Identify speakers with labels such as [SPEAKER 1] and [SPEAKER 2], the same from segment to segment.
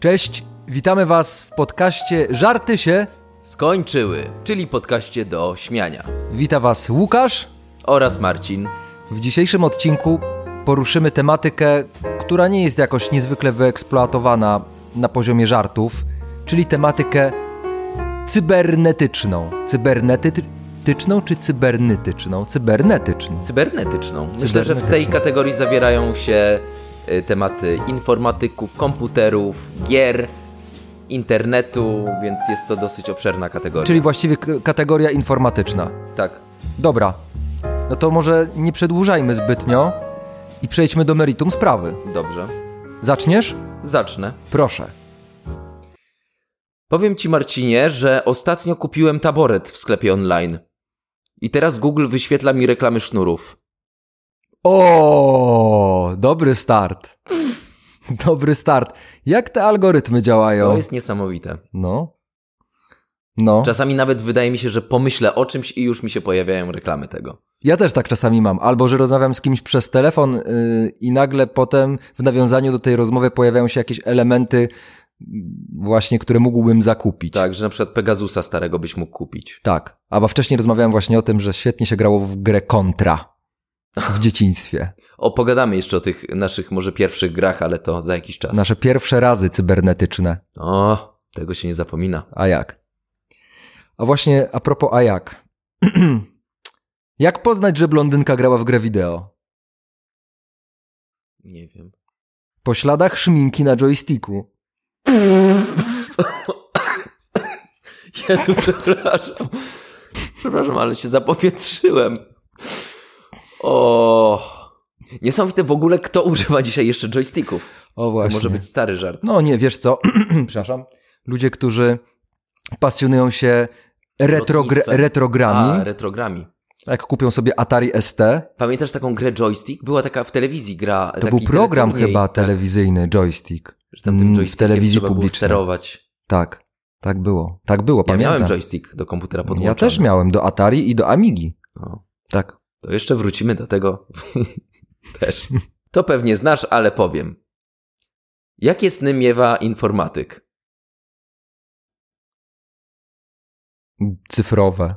[SPEAKER 1] Cześć, witamy Was w podcaście Żarty się.
[SPEAKER 2] Skończyły, czyli podcaście do śmiania.
[SPEAKER 1] Wita Was Łukasz.
[SPEAKER 2] Oraz Marcin.
[SPEAKER 1] W dzisiejszym odcinku poruszymy tematykę, która nie jest jakoś niezwykle wyeksploatowana na poziomie żartów, czyli tematykę cybernetyczną. Cybernetyczną czy cybernetyczną? Cybernetyczną.
[SPEAKER 2] Cybernetyczną. Myślę, że w tej
[SPEAKER 1] Cybernetyczną.
[SPEAKER 2] kategorii zawierają się y, tematy informatyków, komputerów, gier, internetu, więc jest to dosyć obszerna kategoria.
[SPEAKER 1] Czyli właściwie k- kategoria informatyczna.
[SPEAKER 2] tak.
[SPEAKER 1] Dobra, no to może nie przedłużajmy zbytnio i przejdźmy do meritum sprawy.
[SPEAKER 2] Dobrze.
[SPEAKER 1] Zaczniesz?
[SPEAKER 2] Zacznę.
[SPEAKER 1] Proszę.
[SPEAKER 2] Powiem ci, Marcinie, że ostatnio kupiłem taboret w sklepie online. I teraz Google wyświetla mi reklamy sznurów.
[SPEAKER 1] O, dobry start. Dobry start. Jak te algorytmy działają?
[SPEAKER 2] To jest niesamowite.
[SPEAKER 1] No. No.
[SPEAKER 2] Czasami nawet wydaje mi się, że pomyślę o czymś i już mi się pojawiają reklamy tego.
[SPEAKER 1] Ja też tak czasami mam. Albo że rozmawiam z kimś przez telefon yy, i nagle potem w nawiązaniu do tej rozmowy pojawiają się jakieś elementy, yy, właśnie które mógłbym zakupić.
[SPEAKER 2] Tak, że na przykład Pegasusa starego byś mógł kupić.
[SPEAKER 1] Tak. A bo wcześniej rozmawiałem właśnie o tym, że świetnie się grało w grę kontra w dzieciństwie.
[SPEAKER 2] O, pogadamy jeszcze o tych naszych może pierwszych grach, ale to za jakiś czas.
[SPEAKER 1] Nasze pierwsze razy cybernetyczne.
[SPEAKER 2] O, tego się nie zapomina.
[SPEAKER 1] A jak? A właśnie a propos a jak? jak poznać, że blondynka grała w grę wideo?
[SPEAKER 2] Nie wiem.
[SPEAKER 1] Po śladach szminki na joysticku.
[SPEAKER 2] Jezu, przepraszam. Przepraszam, ale się zapowietrzyłem. O. Niesamowite w ogóle, kto używa dzisiaj jeszcze joysticków.
[SPEAKER 1] O
[SPEAKER 2] To
[SPEAKER 1] właśnie.
[SPEAKER 2] może być stary żart.
[SPEAKER 1] No nie, wiesz co? Przepraszam. Ludzie, którzy pasjonują się retrogr-
[SPEAKER 2] Lotnictwem.
[SPEAKER 1] retrogrami,
[SPEAKER 2] A, retrogrami.
[SPEAKER 1] jak kupią sobie Atari ST,
[SPEAKER 2] Pamiętasz taką grę joystick? Była taka w telewizji gra.
[SPEAKER 1] to był program chyba
[SPEAKER 2] tak.
[SPEAKER 1] telewizyjny, joystick.
[SPEAKER 2] Że tam tym
[SPEAKER 1] mm, w
[SPEAKER 2] joystickiem
[SPEAKER 1] telewizji
[SPEAKER 2] trzeba było
[SPEAKER 1] publicznej.
[SPEAKER 2] sterować.
[SPEAKER 1] Tak, tak było. Tak było,
[SPEAKER 2] Ja
[SPEAKER 1] pamiętam.
[SPEAKER 2] miałem joystick do komputera podłączony.
[SPEAKER 1] ja też miałem do Atari i do Amigi.
[SPEAKER 2] O.
[SPEAKER 1] Tak.
[SPEAKER 2] To jeszcze wrócimy do tego też. To pewnie znasz, ale powiem. Jakie sny miewa informatyk?
[SPEAKER 1] Cyfrowe.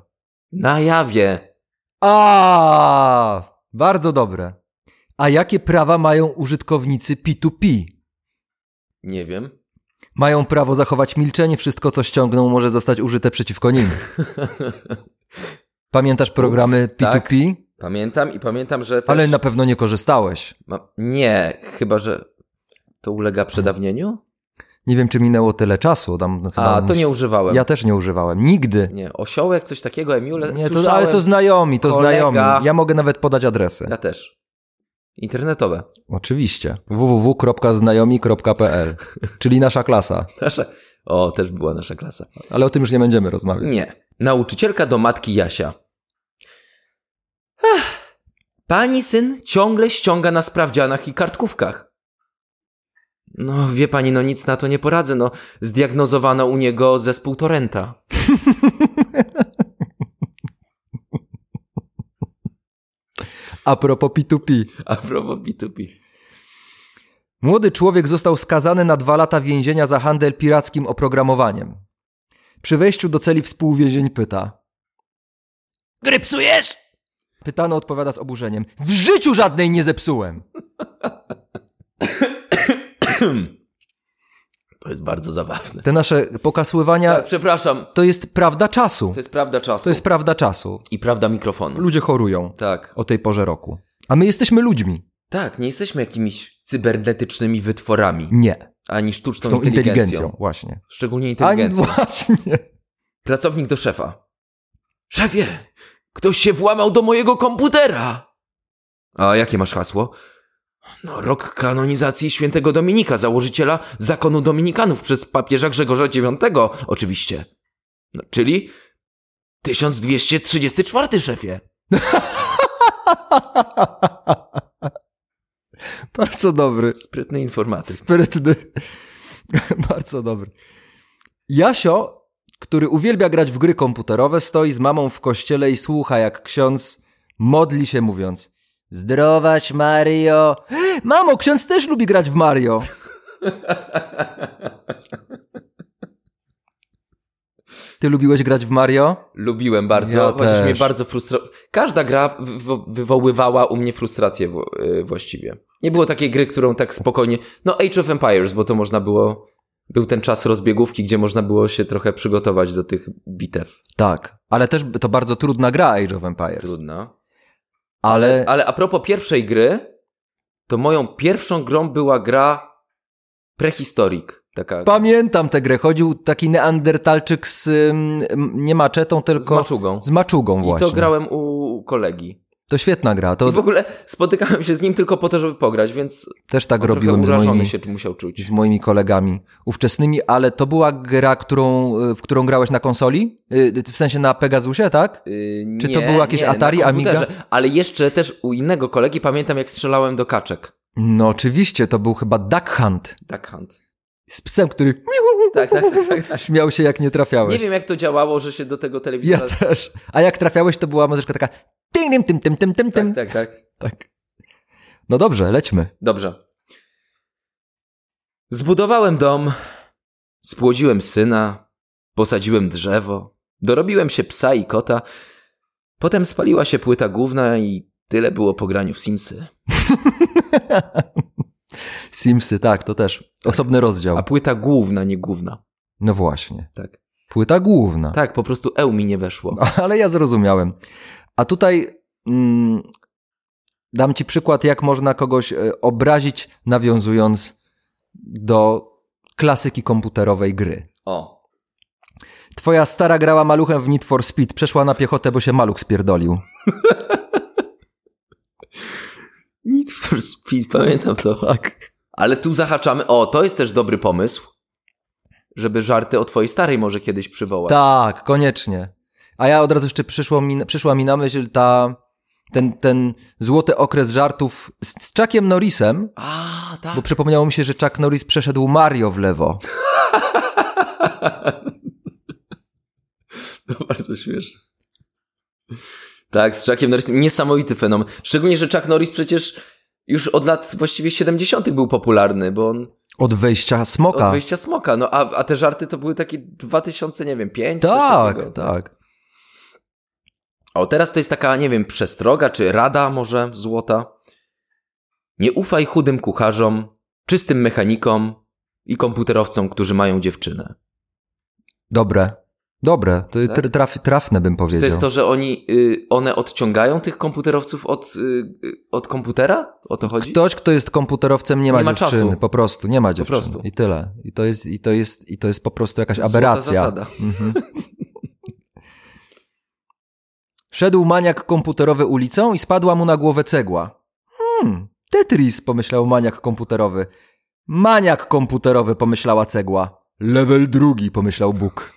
[SPEAKER 2] Na jawie.
[SPEAKER 1] A, bardzo dobre. A jakie prawa mają użytkownicy P2P?
[SPEAKER 2] Nie wiem.
[SPEAKER 1] Mają prawo zachować milczenie, wszystko co ściągną może zostać użyte przeciwko nim. Pamiętasz programy
[SPEAKER 2] Ups, tak.
[SPEAKER 1] P2P?
[SPEAKER 2] Pamiętam i pamiętam, że też...
[SPEAKER 1] Ale na pewno nie korzystałeś.
[SPEAKER 2] ma- Nie, chyba, że to ulega przedawnieniu?
[SPEAKER 1] Nie wiem, czy minęło tyle czasu. Tam, no, chyba
[SPEAKER 2] A, to
[SPEAKER 1] musi-
[SPEAKER 2] nie używałem.
[SPEAKER 1] Ja też nie używałem. Nigdy.
[SPEAKER 2] Nie, osiołek, coś takiego, emule,
[SPEAKER 1] Nie, to,
[SPEAKER 2] słyszałem.
[SPEAKER 1] ale to znajomi, to
[SPEAKER 2] Kolega.
[SPEAKER 1] znajomi. Ja mogę nawet podać adresy.
[SPEAKER 2] Ja też. Internetowe.
[SPEAKER 1] Oczywiście. www.znajomi.pl Czyli nasza klasa.
[SPEAKER 2] Nasza... O, też była nasza klasa.
[SPEAKER 1] Ale o tym już nie będziemy rozmawiać.
[SPEAKER 2] Nie. Nauczycielka do matki Jasia. Ach, pani syn ciągle ściąga na sprawdzianach i kartkówkach. No, wie pani, no nic na to nie poradzę. No, zdiagnozowano u niego zespół Torrenta.
[SPEAKER 1] A propos P2P.
[SPEAKER 2] A propos B2B.
[SPEAKER 1] Młody człowiek został skazany na dwa lata więzienia za handel pirackim oprogramowaniem. Przy wejściu do celi współwięzień pyta.
[SPEAKER 2] Gry psujesz?
[SPEAKER 1] Pytano odpowiada z oburzeniem. W życiu żadnej nie zepsułem!
[SPEAKER 2] To jest bardzo zabawne.
[SPEAKER 1] Te nasze pokasływania
[SPEAKER 2] Tak, przepraszam,
[SPEAKER 1] to jest prawda czasu.
[SPEAKER 2] to jest prawda czasu.
[SPEAKER 1] To jest prawda czasu.
[SPEAKER 2] I prawda mikrofonu.
[SPEAKER 1] Ludzie chorują
[SPEAKER 2] Tak.
[SPEAKER 1] o tej porze roku. A my jesteśmy ludźmi.
[SPEAKER 2] Tak, nie jesteśmy jakimiś cybernetycznymi wytworami,
[SPEAKER 1] Nie.
[SPEAKER 2] ani sztuczną,
[SPEAKER 1] Tą
[SPEAKER 2] inteligencją.
[SPEAKER 1] inteligencją. Właśnie.
[SPEAKER 2] Szczególnie
[SPEAKER 1] Ani
[SPEAKER 2] inteligencją.
[SPEAKER 1] właśnie.
[SPEAKER 2] Pracownik do szefa. Szefie, ktoś się włamał do mojego komputera. A jakie masz hasło? No, rok kanonizacji świętego Dominika, założyciela zakonu Dominikanów przez papieża Grzegorza IX, oczywiście. No, czyli 1234, szefie.
[SPEAKER 1] Bardzo dobry.
[SPEAKER 2] Sprytny informatyk.
[SPEAKER 1] Sprytny. Bardzo dobry. Jasio, który uwielbia grać w gry komputerowe, stoi z mamą w kościele i słucha, jak ksiądz modli się mówiąc Zdrować Mario. Mamo, ksiądz też lubi grać w Mario. Ty lubiłeś grać w Mario?
[SPEAKER 2] Lubiłem bardzo,
[SPEAKER 1] Ja
[SPEAKER 2] chociaż
[SPEAKER 1] też.
[SPEAKER 2] mnie bardzo frustrowało. Każda gra wywo- wywoływała u mnie frustrację wo- y, właściwie. Nie było takiej gry, którą tak spokojnie... No Age of Empires, bo to można było... Był ten czas rozbiegówki, gdzie można było się trochę przygotować do tych bitew.
[SPEAKER 1] Tak, ale też to bardzo trudna gra Age of Empires.
[SPEAKER 2] Trudno.
[SPEAKER 1] Ale
[SPEAKER 2] Ale a propos pierwszej gry, to moją pierwszą grą była gra Prehistoric. Taka
[SPEAKER 1] pamiętam tę grę. Chodził taki neandertalczyk z ym, m, nie maczetą,
[SPEAKER 2] z
[SPEAKER 1] tylko
[SPEAKER 2] maczugą.
[SPEAKER 1] z maczugą
[SPEAKER 2] I
[SPEAKER 1] właśnie.
[SPEAKER 2] to grałem u kolegi.
[SPEAKER 1] To świetna gra. To
[SPEAKER 2] I w ogóle spotykałem się z nim tylko po to, żeby pograć, więc
[SPEAKER 1] też tak
[SPEAKER 2] on trochę
[SPEAKER 1] robiłem z
[SPEAKER 2] urażony
[SPEAKER 1] moimi,
[SPEAKER 2] się musiał czuć.
[SPEAKER 1] z moimi kolegami ówczesnymi, ale to była gra, którą, y, w którą grałeś na konsoli? Y, W sensie na Pegasusie, tak?
[SPEAKER 2] Yy,
[SPEAKER 1] Czy
[SPEAKER 2] nie,
[SPEAKER 1] to było jakieś
[SPEAKER 2] nie,
[SPEAKER 1] Atari,
[SPEAKER 2] na komputerze.
[SPEAKER 1] Amiga?
[SPEAKER 2] Ale jeszcze też u innego kolegi pamiętam, jak strzelałem do kaczek.
[SPEAKER 1] No oczywiście, to był chyba Duck Hunt
[SPEAKER 2] Duck Hunt.
[SPEAKER 1] z psem, który
[SPEAKER 2] Tak, tak, tak. tak, tak.
[SPEAKER 1] śmiał się jak nie
[SPEAKER 2] Nie
[SPEAKER 1] trafiałeś.
[SPEAKER 2] wiem, jak to działało, że się do tego
[SPEAKER 1] ja
[SPEAKER 2] telewizora...
[SPEAKER 1] też. A jak trafiałeś, to była muzyczka taka tym, tym, tym, tym, tym, tym, tym.
[SPEAKER 2] tak, tak, tak.
[SPEAKER 1] tak. No dobrze, lećmy.
[SPEAKER 2] Dobrze. Zbudowałem dom, spłodziłem syna, posadziłem drzewo, dorobiłem się psa i kota, potem spaliła się płyta główna i tyle było po graniu w Simsy.
[SPEAKER 1] Simsy, tak, to też. Osobny rozdział.
[SPEAKER 2] A płyta główna, nie główna.
[SPEAKER 1] No właśnie.
[SPEAKER 2] Tak.
[SPEAKER 1] Płyta główna. No,
[SPEAKER 2] Tak, po prostu eł mi nie weszło.
[SPEAKER 1] Ale ja zrozumiałem. A tutaj mm, dam ci przykład, jak można kogoś e, obrazić, nawiązując do klasyki komputerowej gry.
[SPEAKER 2] O.
[SPEAKER 1] Twoja stara grała maluchem w Need for Speed, przeszła na piechotę, bo się maluch spierdolił.
[SPEAKER 2] Need for Speed, pamiętam to.
[SPEAKER 1] Tak.
[SPEAKER 2] Ale tu zahaczamy. O, to jest też dobry pomysł, żeby żarty o twojej starej może kiedyś przywołać.
[SPEAKER 1] Tak, koniecznie. A ja od razu jeszcze przyszło mi, przyszła mi na myśl ta, ten, ten złoty okres żartów z, z Chuckiem Norrisem,
[SPEAKER 2] A, tak.
[SPEAKER 1] bo przypomniało mi się, że Chuck Norris przeszedł Mario w lewo.
[SPEAKER 2] To bardzo śmieszne. Tak, z Chuckiem Norrisem. Niesamowity fenomen. Szczególnie, że Chuck Norris przecież już od lat właściwie 70. był popularny, bo on
[SPEAKER 1] Od wejścia
[SPEAKER 2] od
[SPEAKER 1] smoka.
[SPEAKER 2] wyjścia smoka. No a, a te żarty to były takie 2000, nie wiem, 5.
[SPEAKER 1] tak, tak.
[SPEAKER 2] O, teraz to jest taka, nie wiem, przestroga czy rada może złota. Nie ufaj chudym kucharzom, czystym mechanikom i komputerowcom, którzy mają dziewczynę.
[SPEAKER 1] Dobre. Dobre. To
[SPEAKER 2] Tak?
[SPEAKER 1] tr- traf, trafne bym powiedział.
[SPEAKER 2] To jest to, że oni, y, one odciągają tych komputerowców od, y, y, od komputera? O to chodzi?
[SPEAKER 1] Ktoś, kto jest komputerowcem, nie ma,
[SPEAKER 2] Nie ma
[SPEAKER 1] dziewczyny.
[SPEAKER 2] czasu.
[SPEAKER 1] Po prostu, nie ma dziewczyny.
[SPEAKER 2] prostu.
[SPEAKER 1] I tyle. I to jest, i to jest, i to jest po prostu jakaś
[SPEAKER 2] Złota
[SPEAKER 1] aberracja.
[SPEAKER 2] zasada.
[SPEAKER 1] Mhm. Szedł maniak komputerowy ulicą i spadła mu na głowę cegła. Hmm, Tetris, pomyślał maniak komputerowy. Maniak komputerowy, pomyślała cegła. Level drugi, pomyślał Bóg.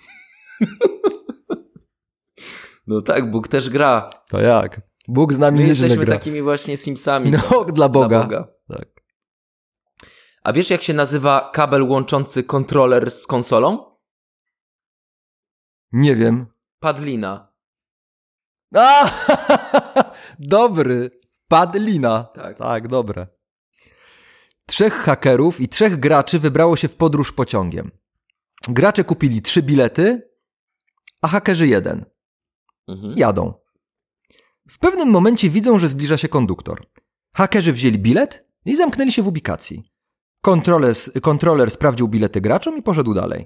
[SPEAKER 2] No tak, Bóg też gra.
[SPEAKER 1] To jak? Bóg z
[SPEAKER 2] My
[SPEAKER 1] nami nieźle
[SPEAKER 2] jesteśmy
[SPEAKER 1] gra.
[SPEAKER 2] takimi właśnie Simsami.
[SPEAKER 1] No, dla Boga.
[SPEAKER 2] Dla Boga.
[SPEAKER 1] Tak.
[SPEAKER 2] A wiesz, jak się nazywa kabel łączący kontroler z konsolą?
[SPEAKER 1] Nie wiem.
[SPEAKER 2] Padlina.
[SPEAKER 1] A! Dobry. Padlina.
[SPEAKER 2] Tak.
[SPEAKER 1] tak, dobre. Trzech hakerów i trzech graczy wybrało się w podróż pociągiem. Gracze kupili trzy bilety, a hakerzy jeden.
[SPEAKER 2] Mhm.
[SPEAKER 1] Jadą. W pewnym momencie widzą, że zbliża się konduktor. Hakerzy wzięli bilet i zamknęli się w ubikacji. Kontroler, kontroler sprawdził bilety graczom i poszedł dalej.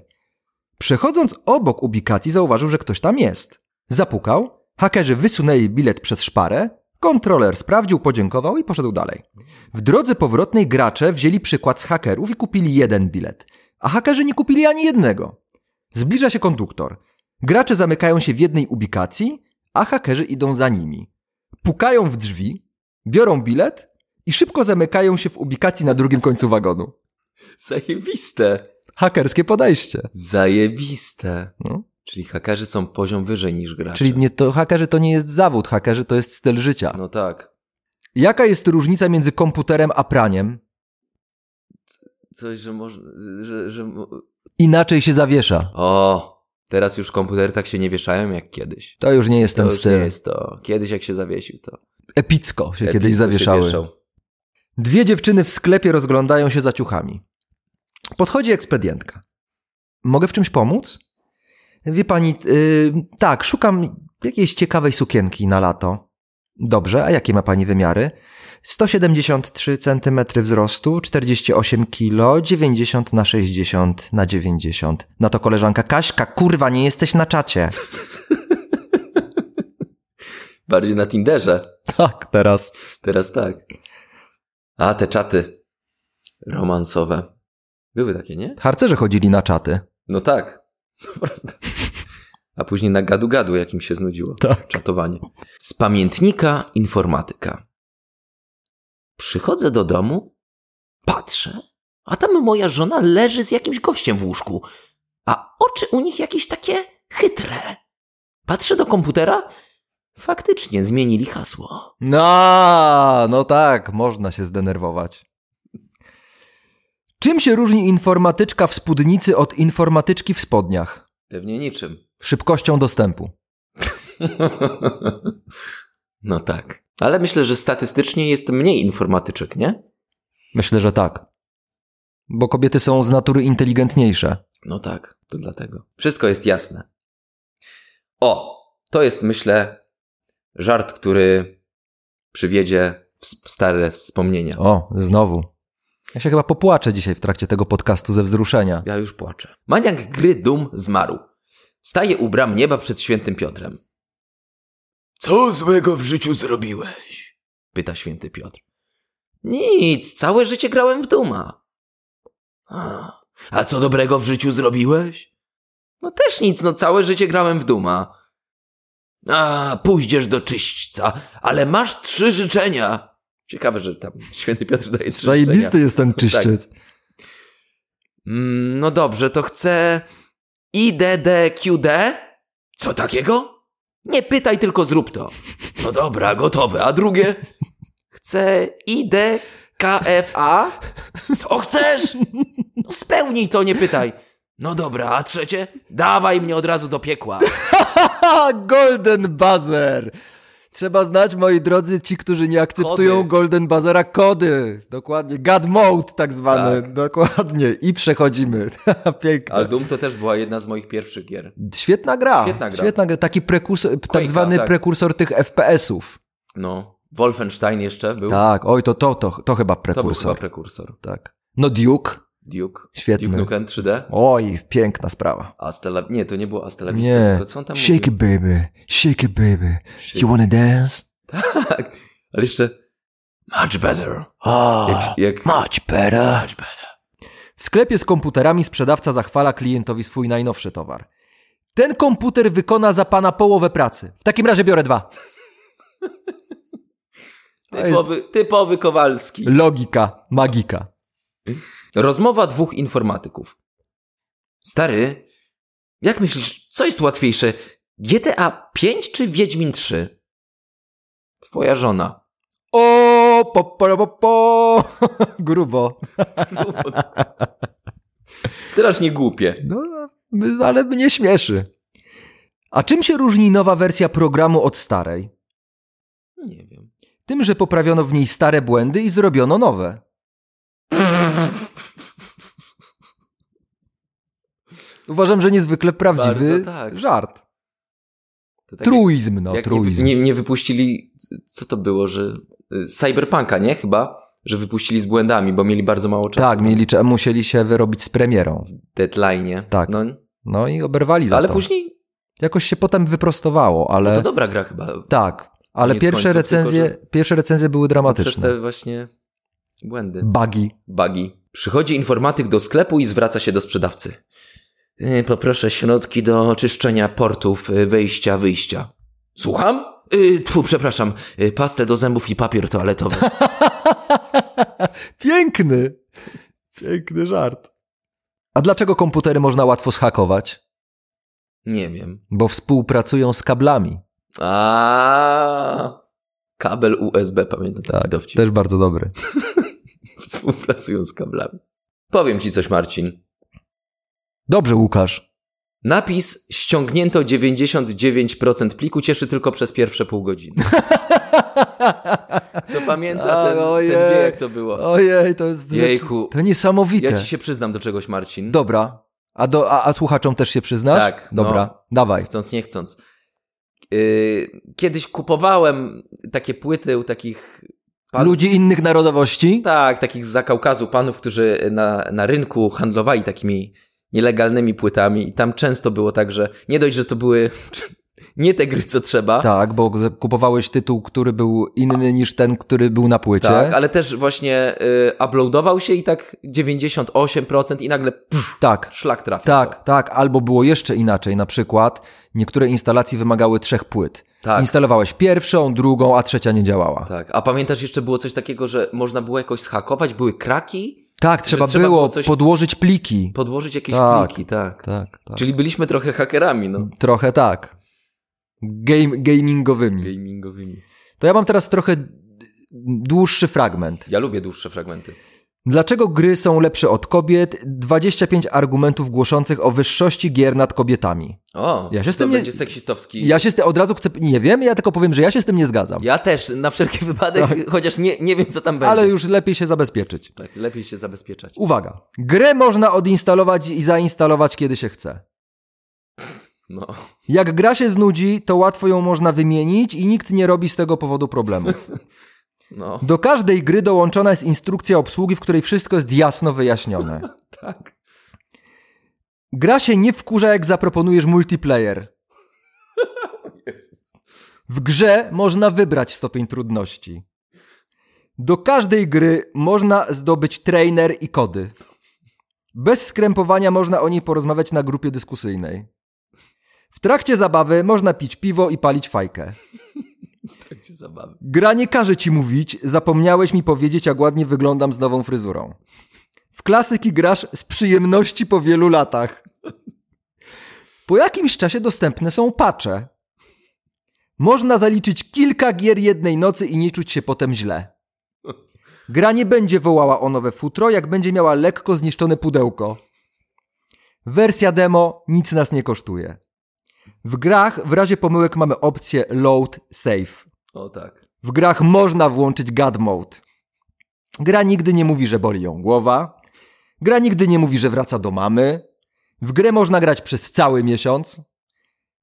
[SPEAKER 1] Przechodząc obok ubikacji zauważył, że ktoś tam jest. Zapukał, hakerzy wysunęli bilet przez szparę, kontroler sprawdził, podziękował i poszedł dalej. W drodze powrotnej gracze wzięli przykład z hakerów i kupili jeden bilet, a hakerzy nie kupili ani jednego. Zbliża się konduktor. Gracze zamykają się w jednej ubikacji, a hakerzy idą za nimi. Pukają w drzwi, biorą bilet i szybko zamykają się w ubikacji na drugim końcu wagonu.
[SPEAKER 2] Zajebiste.
[SPEAKER 1] Hakerskie podejście.
[SPEAKER 2] Zajebiste.
[SPEAKER 1] No.
[SPEAKER 2] Czyli hakerzy są poziom wyżej niż gracze.
[SPEAKER 1] Czyli nie, to, hakerzy to nie jest zawód, hakerzy to jest styl życia.
[SPEAKER 2] No tak.
[SPEAKER 1] Jaka jest różnica między komputerem a praniem?
[SPEAKER 2] Coś, że może... Że, że... mo-
[SPEAKER 1] Inaczej się zawiesza.
[SPEAKER 2] O, teraz już komputery tak się nie wieszają jak kiedyś.
[SPEAKER 1] To już nie jest
[SPEAKER 2] To
[SPEAKER 1] ten
[SPEAKER 2] już nie
[SPEAKER 1] styl.
[SPEAKER 2] jest to. Kiedyś jak się zawiesił, to...
[SPEAKER 1] Epicko się
[SPEAKER 2] Epicko
[SPEAKER 1] kiedyś
[SPEAKER 2] się
[SPEAKER 1] zawieszały.
[SPEAKER 2] wieszał.
[SPEAKER 1] Dwie dziewczyny w sklepie rozglądają się za ciuchami. Podchodzi ekspedientka. Mogę w czymś pomóc? Wie pani, yy, tak, szukam jakiejś ciekawej sukienki na lato. Dobrze, a jakie ma pani wymiary? 173 cm wzrostu, 48 kg, 90 na 60 na 90. Na to koleżanka Kaśka, kurwa, nie jesteś na czacie.
[SPEAKER 2] Bardziej na Tinderze.
[SPEAKER 1] Tak, teraz.
[SPEAKER 2] Teraz tak. A, te czaty romansowe. Były takie, nie?
[SPEAKER 1] Harcerze chodzili na czaty.
[SPEAKER 2] No tak. Naprawdę. A później na gadu-gadu, jakim się znudziło.
[SPEAKER 1] Tak.
[SPEAKER 2] Czatowanie. Z pamiętnika informatyka. Przychodzę do domu, patrzę, a tam moja żona leży z jakimś gościem w łóżku, a oczy u nich jakieś takie chytre. Patrzę do komputera, faktycznie zmienili hasło.
[SPEAKER 1] No, no tak, można się zdenerwować. Czym się różni informatyczka w spódnicy od informatyczki w spodniach?
[SPEAKER 2] Pewnie niczym.
[SPEAKER 1] Szybkością dostępu.
[SPEAKER 2] No tak. Ale myślę, że statystycznie jest mniej informatyczek, nie?
[SPEAKER 1] Myślę, że tak. Bo kobiety są z natury inteligentniejsze.
[SPEAKER 2] No tak, to dlatego. Wszystko jest jasne. O, to jest myślę żart, który przywiedzie ws- stare wspomnienia.
[SPEAKER 1] O, znowu. Ja się chyba popłaczę dzisiaj w trakcie tego podcastu ze wzruszenia.
[SPEAKER 2] Ja już płaczę. Maniak gry dum zmarł. Staje u bram nieba przed świętym Piotrem. Co złego w życiu zrobiłeś? Pyta święty Piotr. Nic, całe życie grałem w duma. A, a co dobrego w życiu zrobiłeś? No też nic, no całe życie grałem w duma. A, pójdziesz do czyśćca, ale masz trzy życzenia. Ciekawe, że tam święty Piotr daje trzy życzenia.
[SPEAKER 1] jest ten
[SPEAKER 2] czyściec. Tak. Mm, no dobrze, to chcę IDDQD? Co takiego? Nie pytaj, tylko zrób to. No dobra, gotowe. A drugie? Chcę IDKFA? Co chcesz? No spełnij to, nie pytaj. No dobra, a trzecie? Dawaj mnie od razu do piekła.
[SPEAKER 1] Haha, Golden Buzzer! Trzeba znać, moi drodzy, ci, którzy nie akceptują
[SPEAKER 2] Kody.
[SPEAKER 1] Golden Buzzera, kody. Dokładnie. God Mode tak zwany. Dokładnie. I przechodzimy. Piękne.
[SPEAKER 2] Ale Doom to też była jedna z moich pierwszych gier.
[SPEAKER 1] Świetna gra.
[SPEAKER 2] Świetna gra.
[SPEAKER 1] Taki prekursor, tak
[SPEAKER 2] Quake'a,
[SPEAKER 1] zwany
[SPEAKER 2] tak.
[SPEAKER 1] prekursor tych FPS-ów.
[SPEAKER 2] No, Wolfenstein jeszcze był.
[SPEAKER 1] Tak, oj, to, to, to, to chyba
[SPEAKER 2] to był chyba
[SPEAKER 1] prekursor.
[SPEAKER 2] prekursor.
[SPEAKER 1] tak. No Duke.
[SPEAKER 2] Duke.
[SPEAKER 1] Świetny.
[SPEAKER 2] Duke Nukem 3D.
[SPEAKER 1] Oj, piękna sprawa.
[SPEAKER 2] Astela... Nie, to nie było Astela Vista,
[SPEAKER 1] Nie.
[SPEAKER 2] tylko co on tam
[SPEAKER 1] Shake
[SPEAKER 2] mówił?
[SPEAKER 1] it, baby. Shake it, baby.
[SPEAKER 2] Shake-
[SPEAKER 1] You wanna dance?
[SPEAKER 2] Tak, ale jeszcze much better.
[SPEAKER 1] Oh,
[SPEAKER 2] Jak, jak...
[SPEAKER 1] much better.
[SPEAKER 2] Much better.
[SPEAKER 1] W sklepie z komputerami sprzedawca zachwala klientowi swój najnowszy towar. Ten komputer wykona za pana połowę pracy. W takim razie biorę dwa. To jest
[SPEAKER 2] Typowy, typowy Kowalski.
[SPEAKER 1] logika, magika.
[SPEAKER 2] Rozmowa dwóch informatyków. Stary, jak myślisz, co jest łatwiejsze? GTA 5 czy Wiedźmin 3? Twoja żona.
[SPEAKER 1] O, po, po, po, po. grubo.
[SPEAKER 2] Strasznie głupie.
[SPEAKER 1] No, ale mnie śmieszy. A czym się różni nowa wersja programu od starej?
[SPEAKER 2] Nie wiem.
[SPEAKER 1] Tym, że poprawiono w niej stare błędy i zrobiono nowe. Uważam, że niezwykle prawdziwy
[SPEAKER 2] Bardzo tak.
[SPEAKER 1] żart.
[SPEAKER 2] To tak
[SPEAKER 1] Truizm, no,
[SPEAKER 2] jak, jak nie,
[SPEAKER 1] truizm.
[SPEAKER 2] nie, nie wypuścili, co to było, że... y, Cyberpunka, nie? Chyba? Że wypuścili z błędami, bo mieli bardzo mało czasu.
[SPEAKER 1] tak, mieli, cze- musieli się wyrobić z premierą.
[SPEAKER 2] deadline.
[SPEAKER 1] Tak.
[SPEAKER 2] No,
[SPEAKER 1] No i oberwali za
[SPEAKER 2] ale
[SPEAKER 1] to.
[SPEAKER 2] później no
[SPEAKER 1] Jakoś się potem wyprostowało, ale
[SPEAKER 2] to dobra gra chyba.
[SPEAKER 1] tak. Ale
[SPEAKER 2] Koniec
[SPEAKER 1] pierwsze,
[SPEAKER 2] końców,
[SPEAKER 1] recenzje,
[SPEAKER 2] tylko No
[SPEAKER 1] pierwsze recenzje były
[SPEAKER 2] Przez
[SPEAKER 1] dramatyczne.
[SPEAKER 2] te właśnie błędy.
[SPEAKER 1] Bugi.
[SPEAKER 2] Bugi. Przychodzi informatyk do sklepu i zwraca się do sprzedawcy. Y, Poproszę środki do czyszczenia portów y, wejścia, wyjścia. Słucham? Y, Tfu, przepraszam. Y, Pastę do zębów i papier toaletowy.
[SPEAKER 1] Piękny. Piękny żart. A dlaczego komputery można łatwo zhakować?
[SPEAKER 2] Nie wiem.
[SPEAKER 1] Bo współpracują z kablami.
[SPEAKER 2] A Kabel USB, pamiętam. Tak, dowcip.
[SPEAKER 1] Też bardzo dobry.
[SPEAKER 2] Współpracują z kablami. Powiem ci coś, Marcin.
[SPEAKER 1] Dobrze, Łukasz.
[SPEAKER 2] Napis ściągnięto 99% pliku cieszy tylko przez pierwsze pół godziny. Kto pamięta ten,
[SPEAKER 1] A,
[SPEAKER 2] ten
[SPEAKER 1] ojej.
[SPEAKER 2] wie, jak to było.
[SPEAKER 1] Ojej, to jest...
[SPEAKER 2] Jejku.
[SPEAKER 1] To niesamowite.
[SPEAKER 2] Ja ci się przyznam do czegoś, Marcin.
[SPEAKER 1] Dobra. A, do, a, a słuchaczom też się przyznasz?
[SPEAKER 2] Tak, no.
[SPEAKER 1] Dobra, dawaj.
[SPEAKER 2] Chcąc, nie chcąc. Yy, kiedyś kupowałem takie płyty u takich panów.
[SPEAKER 1] Ludzi innych narodowości?
[SPEAKER 2] Tak, takich z Zakaukazu panów, którzy na, na rynku handlowali takimi nielegalnymi płytami i tam często było tak, że nie dość, że to były nie te gry, co trzeba,
[SPEAKER 1] Tak, bo z- kupowałeś tytuł, który był inny niż ten, który był na płycie.
[SPEAKER 2] tak, ale też właśnie y, uploadował się i tak 98% i nagle pff,
[SPEAKER 1] tak.
[SPEAKER 2] szlak trafił.
[SPEAKER 1] Tak, tak, albo było jeszcze inaczej, na przykład niektóre instalacje wymagały trzech płyt.
[SPEAKER 2] Tak.
[SPEAKER 1] Instalowałeś pierwszą, drugą, a trzecia nie działała. Tak,
[SPEAKER 2] Tak, a pamiętasz jeszcze było coś takiego, że można było jakoś schakować, były kraki,
[SPEAKER 1] Tak, trzeba,
[SPEAKER 2] trzeba
[SPEAKER 1] było
[SPEAKER 2] było coś-
[SPEAKER 1] podłożyć pliki.
[SPEAKER 2] podłożyć jakieś
[SPEAKER 1] Tak.
[SPEAKER 2] pliki, tak.
[SPEAKER 1] Tak, tak.
[SPEAKER 2] Czyli byliśmy trochę hakerami, no.
[SPEAKER 1] Trochę tak. Game, gamingowymi.
[SPEAKER 2] Gamingowymi.
[SPEAKER 1] To ja mam teraz trochę dłuższy fragment.
[SPEAKER 2] Ja lubię dłuższe fragmenty.
[SPEAKER 1] Dlaczego gry są lepsze od kobiet? 25 argumentów głoszących o wyższości gier nad kobietami.
[SPEAKER 2] O,
[SPEAKER 1] Ja się
[SPEAKER 2] to
[SPEAKER 1] z tym nie-
[SPEAKER 2] będzie seksistowski.
[SPEAKER 1] Ja się z tym od razu chcę. Nie wiem, ja tylko powiem, że ja się z tym nie zgadzam.
[SPEAKER 2] Ja też, na wszelki wypadek, chociaż nie, nie wiem, co tam będzie.
[SPEAKER 1] Tak. Ale już lepiej się zabezpieczyć.
[SPEAKER 2] Tak, lepiej się zabezpieczać.
[SPEAKER 1] Uwaga. Grę można odinstalować i zainstalować, kiedy się chce.
[SPEAKER 2] No.
[SPEAKER 1] Jak gra się znudzi, to łatwo ją można wymienić i nikt nie robi z tego powodu problemów.
[SPEAKER 2] No,
[SPEAKER 1] Do każdej gry dołączona jest instrukcja obsługi, w której wszystko jest jasno wyjaśnione.
[SPEAKER 2] tak.
[SPEAKER 1] Gra się nie wkurza, jak zaproponujesz multiplayer. W grze można wybrać stopień trudności. Do każdej gry można zdobyć trainer i kody. Bez skrępowania można o niej porozmawiać na grupie dyskusyjnej. W trakcie zabawy można pić piwo i palić fajkę.
[SPEAKER 2] Tak się zabawy.
[SPEAKER 1] Gra nie każe ci mówić, zapomniałeś mi powiedzieć, jak ładnie wyglądam z nową fryzurą. W klasyki grasz z przyjemności po wielu latach. Po jakimś czasie dostępne są pacze. Można zaliczyć kilka gier jednej nocy i nie czuć się potem źle. Gra nie będzie wołała o nowe futro, jak będzie miała lekko zniszczone pudełko. Wersja demo nic nas nie kosztuje. W grach w razie pomyłek mamy opcję load save.
[SPEAKER 2] O tak.
[SPEAKER 1] W grach można włączyć God Mode. Gra nigdy nie mówi, że boli ją głowa. Gra nigdy nie mówi, że wraca do mamy. W grę można grać przez cały miesiąc.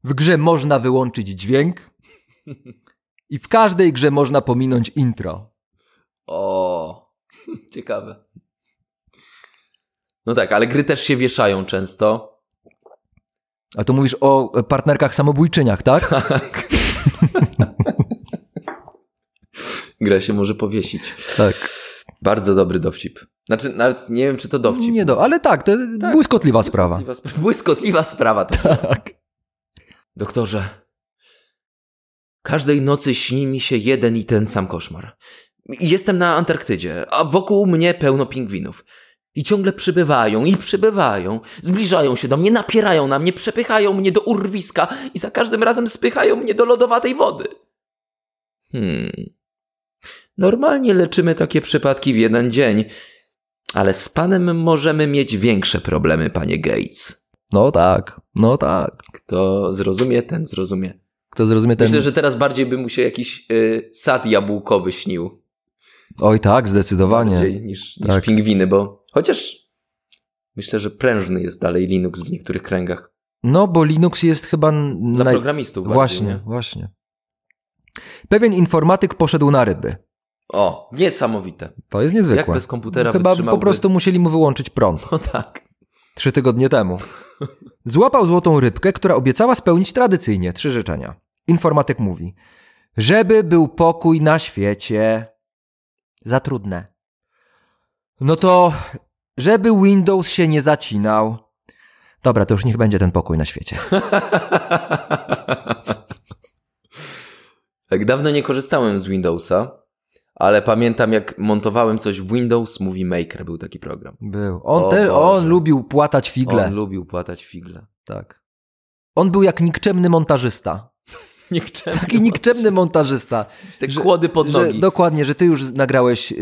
[SPEAKER 1] W grze można wyłączyć dźwięk. I w każdej grze można pominąć intro.
[SPEAKER 2] O, ciekawe. No tak, ale gry też się wieszają często.
[SPEAKER 1] A tu mówisz o e, partnerkach samobójczyniach, tak?
[SPEAKER 2] Tak. Gra się może powiesić.
[SPEAKER 1] Tak.
[SPEAKER 2] Bardzo dobry dowcip. Znaczy, nawet nie wiem, czy to dowcip.
[SPEAKER 1] Nie do, ale tak, to błyskotliwa sprawa.
[SPEAKER 2] Błyskotliwa, spra- błyskotliwa sprawa to.
[SPEAKER 1] Tak.
[SPEAKER 2] Doktorze, każdej nocy śni mi się jeden i ten sam koszmar. I Jestem na Antarktydzie, a wokół mnie pełno pingwinów. I ciągle przybywają i przybywają, zbliżają się do mnie, napierają na mnie, przepychają mnie do urwiska i za każdym razem spychają mnie do lodowatej wody. Hmm. Normalnie leczymy takie przypadki w jeden dzień, ale z panem możemy mieć większe problemy, panie Gates.
[SPEAKER 1] No tak, no tak.
[SPEAKER 2] Kto zrozumie, ten zrozumie.
[SPEAKER 1] Kto zrozumie ten...
[SPEAKER 2] Myślę, że teraz bardziej by mu się jakiś y, sad jabłkowy śnił.
[SPEAKER 1] Oj tak, zdecydowanie.
[SPEAKER 2] Bardziej niż, niż
[SPEAKER 1] Tak.
[SPEAKER 2] pingwiny, bo chociaż myślę, że prężny jest dalej Linux w niektórych kręgach.
[SPEAKER 1] No, bo Linux jest chyba n-
[SPEAKER 2] Dla
[SPEAKER 1] naj...
[SPEAKER 2] programistów. bardziej,
[SPEAKER 1] Właśnie,
[SPEAKER 2] nie?
[SPEAKER 1] właśnie. Pewien informatyk poszedł na ryby.
[SPEAKER 2] O, niesamowite.
[SPEAKER 1] To jest niezwykłe.
[SPEAKER 2] Jak bez komputera
[SPEAKER 1] No Chyba
[SPEAKER 2] wytrzymałby...
[SPEAKER 1] po prostu musieli mu wyłączyć prąd.
[SPEAKER 2] No tak.
[SPEAKER 1] Trzy tygodnie temu. Złapał złotą rybkę, która obiecała spełnić tradycyjnie trzy życzenia. Informatyk mówi, żeby był pokój na świecie. Za trudne. No to, żeby Windows się nie zacinał. Dobra, to już niech będzie ten pokój na świecie.
[SPEAKER 2] tak dawno nie korzystałem z Windowsa, ale pamiętam jak montowałem coś w Windows Movie Maker, był taki program.
[SPEAKER 1] Był. On,
[SPEAKER 2] O
[SPEAKER 1] te,
[SPEAKER 2] Boże.
[SPEAKER 1] on lubił płatać figle.
[SPEAKER 2] On lubił płatać figle.
[SPEAKER 1] Tak. On był jak nikczemny montażysta.
[SPEAKER 2] Nikczemny.
[SPEAKER 1] Taki nikczemny montażysta.
[SPEAKER 2] Te
[SPEAKER 1] że-
[SPEAKER 2] kłody pod
[SPEAKER 1] Że,
[SPEAKER 2] nogi.
[SPEAKER 1] dokładnie, że ty już nagrałeś, y, y,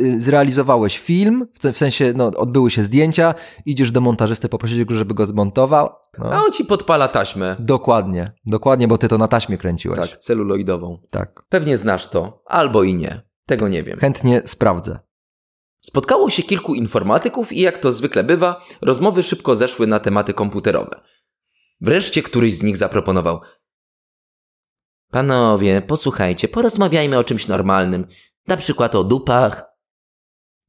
[SPEAKER 1] y, zrealizowałeś film, w te- w sensie no, odbyły się zdjęcia, idziesz do montażysty poprosić go, żeby go zmontował.
[SPEAKER 2] A
[SPEAKER 1] No.
[SPEAKER 2] on ci podpala taśmę.
[SPEAKER 1] Dokładnie, dokładnie, bo ty to na taśmie kręciłeś.
[SPEAKER 2] Tak, celuloidową.
[SPEAKER 1] tak.
[SPEAKER 2] Pewnie znasz to, albo i nie. Tego nie wiem.
[SPEAKER 1] Chętnie sprawdzę.
[SPEAKER 2] Spotkało się kilku informatyków i jak to zwykle bywa, rozmowy szybko zeszły na tematy komputerowe. Wreszcie któryś z nich zaproponował: Panowie, posłuchajcie, porozmawiajmy o czymś normalnym, na przykład o dupach.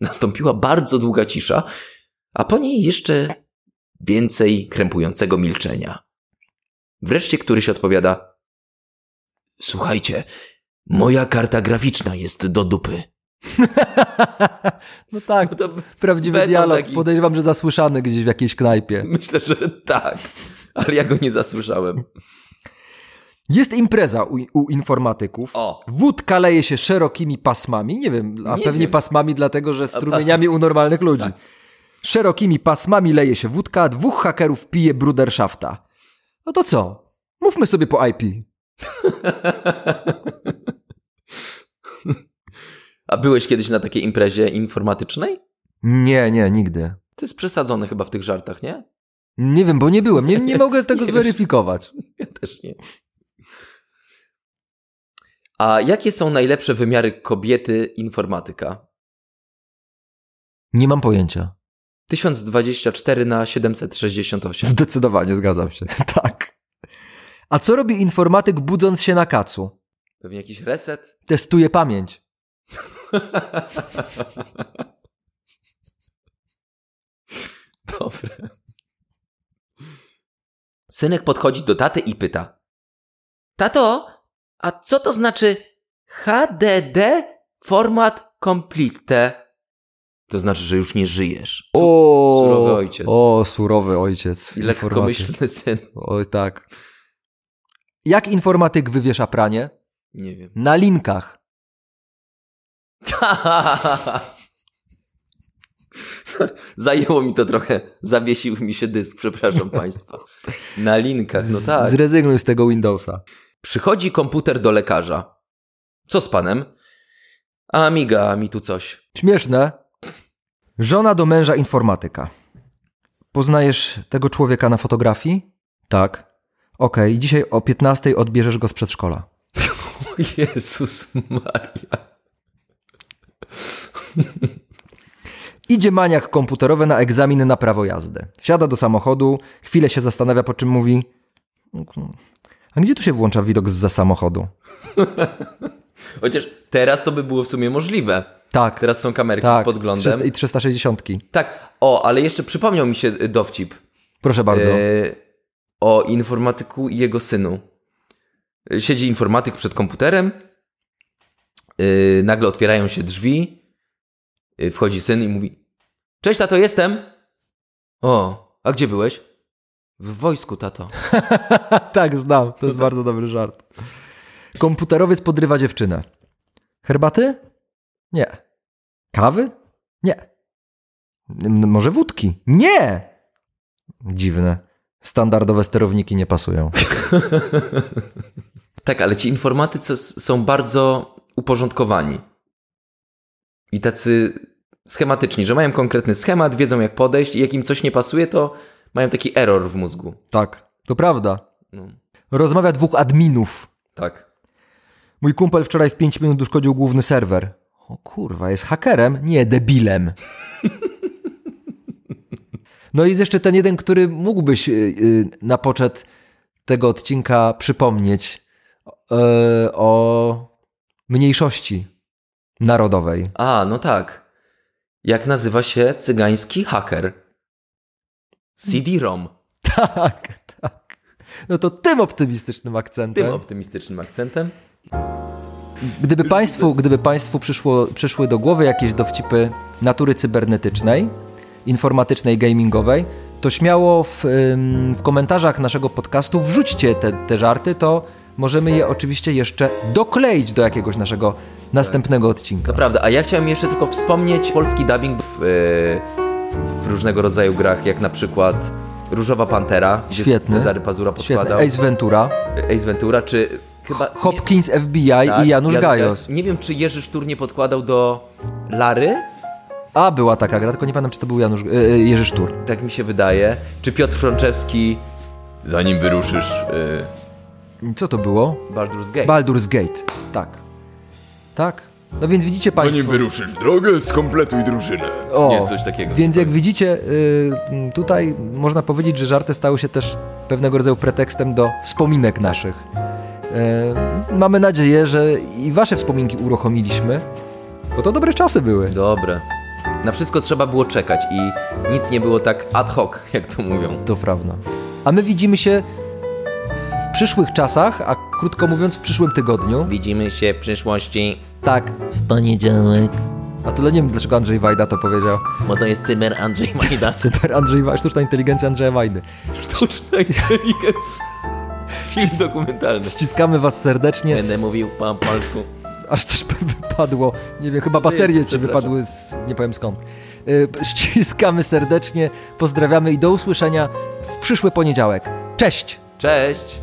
[SPEAKER 2] Nastąpiła bardzo długa cisza, a po niej jeszcze więcej krępującego milczenia. Wreszcie któryś odpowiada: Słuchajcie, moja karta graficzna jest do dupy.
[SPEAKER 1] No tak,
[SPEAKER 2] No to
[SPEAKER 1] prawdziwy
[SPEAKER 2] Beton
[SPEAKER 1] dialog.
[SPEAKER 2] taki.
[SPEAKER 1] Podejrzewam, że zasłyszany gdzieś w jakiejś knajpie.
[SPEAKER 2] Myślę, że tak, ale ja go nie zasłyszałem.
[SPEAKER 1] Jest impreza u, u informatyków.
[SPEAKER 2] O,
[SPEAKER 1] Wódka leje się szerokimi pasmami, nie wiem, a
[SPEAKER 2] Nie
[SPEAKER 1] pewnie
[SPEAKER 2] wiem.
[SPEAKER 1] pasmami dlatego, że
[SPEAKER 2] pasy.
[SPEAKER 1] strumieniami u normalnych ludzi.
[SPEAKER 2] Tak.
[SPEAKER 1] Szerokimi pasmami leje się wódka, dwóch hakerów pije brudershafta. No to co? Mówmy sobie po IP.
[SPEAKER 2] a byłeś kiedyś na takiej imprezie informatycznej?
[SPEAKER 1] Nie, nie, nigdy.
[SPEAKER 2] To jest przesadzone chyba w tych żartach, nie?
[SPEAKER 1] Nie wiem, bo nie byłem, nie, nie mogę tego
[SPEAKER 2] Nie wiesz.
[SPEAKER 1] zweryfikować.
[SPEAKER 2] Ja też nie. A jakie są najlepsze wymiary kobiety informatyka?
[SPEAKER 1] Nie mam pojęcia.
[SPEAKER 2] 1024 na 768.
[SPEAKER 1] Zdecydowanie zgadzam się. Tak. A co robi informatyk budząc się na kacu?
[SPEAKER 2] Pewnie jakiś reset?
[SPEAKER 1] Testuje pamięć.
[SPEAKER 2] Dobre. Synek podchodzi do taty i pyta: Tato, a co to znaczy HDD format complete? To znaczy, że już nie żyjesz.
[SPEAKER 1] O,
[SPEAKER 2] surowy ojciec.
[SPEAKER 1] O, surowy ojciec.
[SPEAKER 2] I
[SPEAKER 1] Informatyk.
[SPEAKER 2] lekkomyślny syn.
[SPEAKER 1] Oj, tak. Jak informatyk wywiesza pranie?
[SPEAKER 2] Nie wiem.
[SPEAKER 1] Na linkach.
[SPEAKER 2] Zajęło mi to trochę. Zawiesił mi się dysk, przepraszam państwa. Na linkach, no tak.
[SPEAKER 1] Zrezygnuj z tego Windowsa.
[SPEAKER 2] Przychodzi komputer do lekarza. Co z panem? A Amiga, mi tu coś.
[SPEAKER 1] Śmieszne. Żona do męża informatyka. Poznajesz tego człowieka na fotografii? Tak. Okej, dzisiaj o 15 odbierzesz go z przedszkola.
[SPEAKER 2] O Jezus Maria.
[SPEAKER 1] Idzie maniak komputerowy na egzamin na prawo jazdy. Wsiada do samochodu, chwilę się zastanawia, po czym mówi... "Mm, A gdzie tu się włącza widok z za samochodu?
[SPEAKER 2] Chociaż teraz to by było w sumie możliwe.
[SPEAKER 1] Tak,
[SPEAKER 2] Teraz są kamerki z
[SPEAKER 1] tak.
[SPEAKER 2] podglądem.
[SPEAKER 1] 300 I 360.
[SPEAKER 2] Tak, o, ale jeszcze przypomniał mi się y, dowcip.
[SPEAKER 1] Proszę bardzo.
[SPEAKER 2] E, o informatyku i jego synu. E, Siedzi informatyk przed komputerem. E, nagle otwierają się drzwi. E, wchodzi syn i mówi: Cześć, tato, jestem. O, a gdzie byłeś? W wojsku, tato.
[SPEAKER 1] tak, znam. To jest bardzo dobry żart. Komputerowiec podrywa dziewczynę. Herbaty? Nie. Kawy? Nie. M- może wódki? Nie! Dziwne. Standardowe sterowniki nie pasują.
[SPEAKER 2] Tak, ale ci informatycy s- są bardzo uporządkowani. I tacy schematyczni, że mają konkretny schemat, wiedzą jak podejść i jak im coś nie pasuje, to mają taki error w mózgu.
[SPEAKER 1] Tak, to prawda.
[SPEAKER 2] No,
[SPEAKER 1] Rozmawia dwóch adminów.
[SPEAKER 2] tak.
[SPEAKER 1] Mój kumpel wczoraj w 5 minut uszkodził główny serwer. O kurwa, jest hakerem? Nie, debilem. No i jest jeszcze ten jeden, który mógłbyś y, y, na poczet tego odcinka przypomnieć y, o mniejszości narodowej.
[SPEAKER 2] A, no tak. Jak nazywa się cygański haker? CD-ROM.
[SPEAKER 1] Tak, tak. No to tym optymistycznym
[SPEAKER 2] Tym
[SPEAKER 1] akcentem.
[SPEAKER 2] optymistycznym akcentem.
[SPEAKER 1] Gdyby państwu, gdyby państwu przyszło, przyszły do głowy jakieś dowcipy natury cybernetycznej, informatycznej, gamingowej, to śmiało w, ym, w komentarzach naszego podcastu wrzućcie te, te żarty, to możemy je oczywiście jeszcze dokleić do jakiegoś naszego następnego odcinka.
[SPEAKER 2] Naprawdę, a ja chciałem jeszcze tylko wspomnieć polski dubbing w, e, w różnego rodzaju grach, jak na przykład Różowa Pantera, gdzie
[SPEAKER 1] Świetny.
[SPEAKER 2] Cezary Pazura
[SPEAKER 1] Świetny.
[SPEAKER 2] podkładał.
[SPEAKER 1] Ace Ventura,
[SPEAKER 2] Ace... Ventura, czy chyba...
[SPEAKER 1] Hopkins FBI
[SPEAKER 2] tak,
[SPEAKER 1] i Janusz
[SPEAKER 2] Jan-
[SPEAKER 1] Gajos.
[SPEAKER 2] Nie wiem, czy Jerzy Sztur nie podkładał do Lary?
[SPEAKER 1] A, była taka gra, tylko nie pamiętam, czy to był Janusz, e, e, Jerzy Sztur.
[SPEAKER 2] Tak mi się wydaje. Czy Piotr Frączewski... Zanim wyruszysz... e,
[SPEAKER 1] Co to było?
[SPEAKER 2] Baldur's Gate.
[SPEAKER 1] Baldur's Gate. Tak. Tak. No więc widzicie Państwo...
[SPEAKER 3] Zanim wyruszysz w drogę, skompletuj drużynę.
[SPEAKER 1] O,
[SPEAKER 2] Nie, coś takiego.
[SPEAKER 1] Więc jak widzicie, y, tutaj można powiedzieć, że żarty stały się też pewnego rodzaju pretekstem do wspominek naszych. Y, mamy nadzieję, że i wasze wspominki uruchomiliśmy, bo to dobre czasy były.
[SPEAKER 2] Dobre. Na wszystko trzeba było czekać i nic nie było tak ad hoc, jak to mówią.
[SPEAKER 1] To prawda. A my widzimy się w przyszłych czasach, a krótko mówiąc w przyszłym tygodniu.
[SPEAKER 2] Widzimy się w przyszłości,
[SPEAKER 1] Tak.
[SPEAKER 4] w poniedziałek,
[SPEAKER 1] A to nie wiem, dlaczego Andrzej Wajda to powiedział.
[SPEAKER 2] bo to jest cyber Andrzej Majda.
[SPEAKER 1] Super Andrzej Wajda, sztuczna inteligencja Andrzeja Wajdy.
[SPEAKER 2] Sztuczna inteligencja. Film dokumentalny.
[SPEAKER 1] Ściskamy was serdecznie.
[SPEAKER 2] Będę mówił po polsku.
[SPEAKER 1] aż coś wypadło. Nie wiem, chyba
[SPEAKER 2] To jest,
[SPEAKER 1] baterie ci
[SPEAKER 2] przepraszam.
[SPEAKER 1] wypadły z nie powiem skąd. Y, Ściskamy serdecznie, pozdrawiamy i do usłyszenia w przyszły poniedziałek. Cześć!
[SPEAKER 2] Cześć!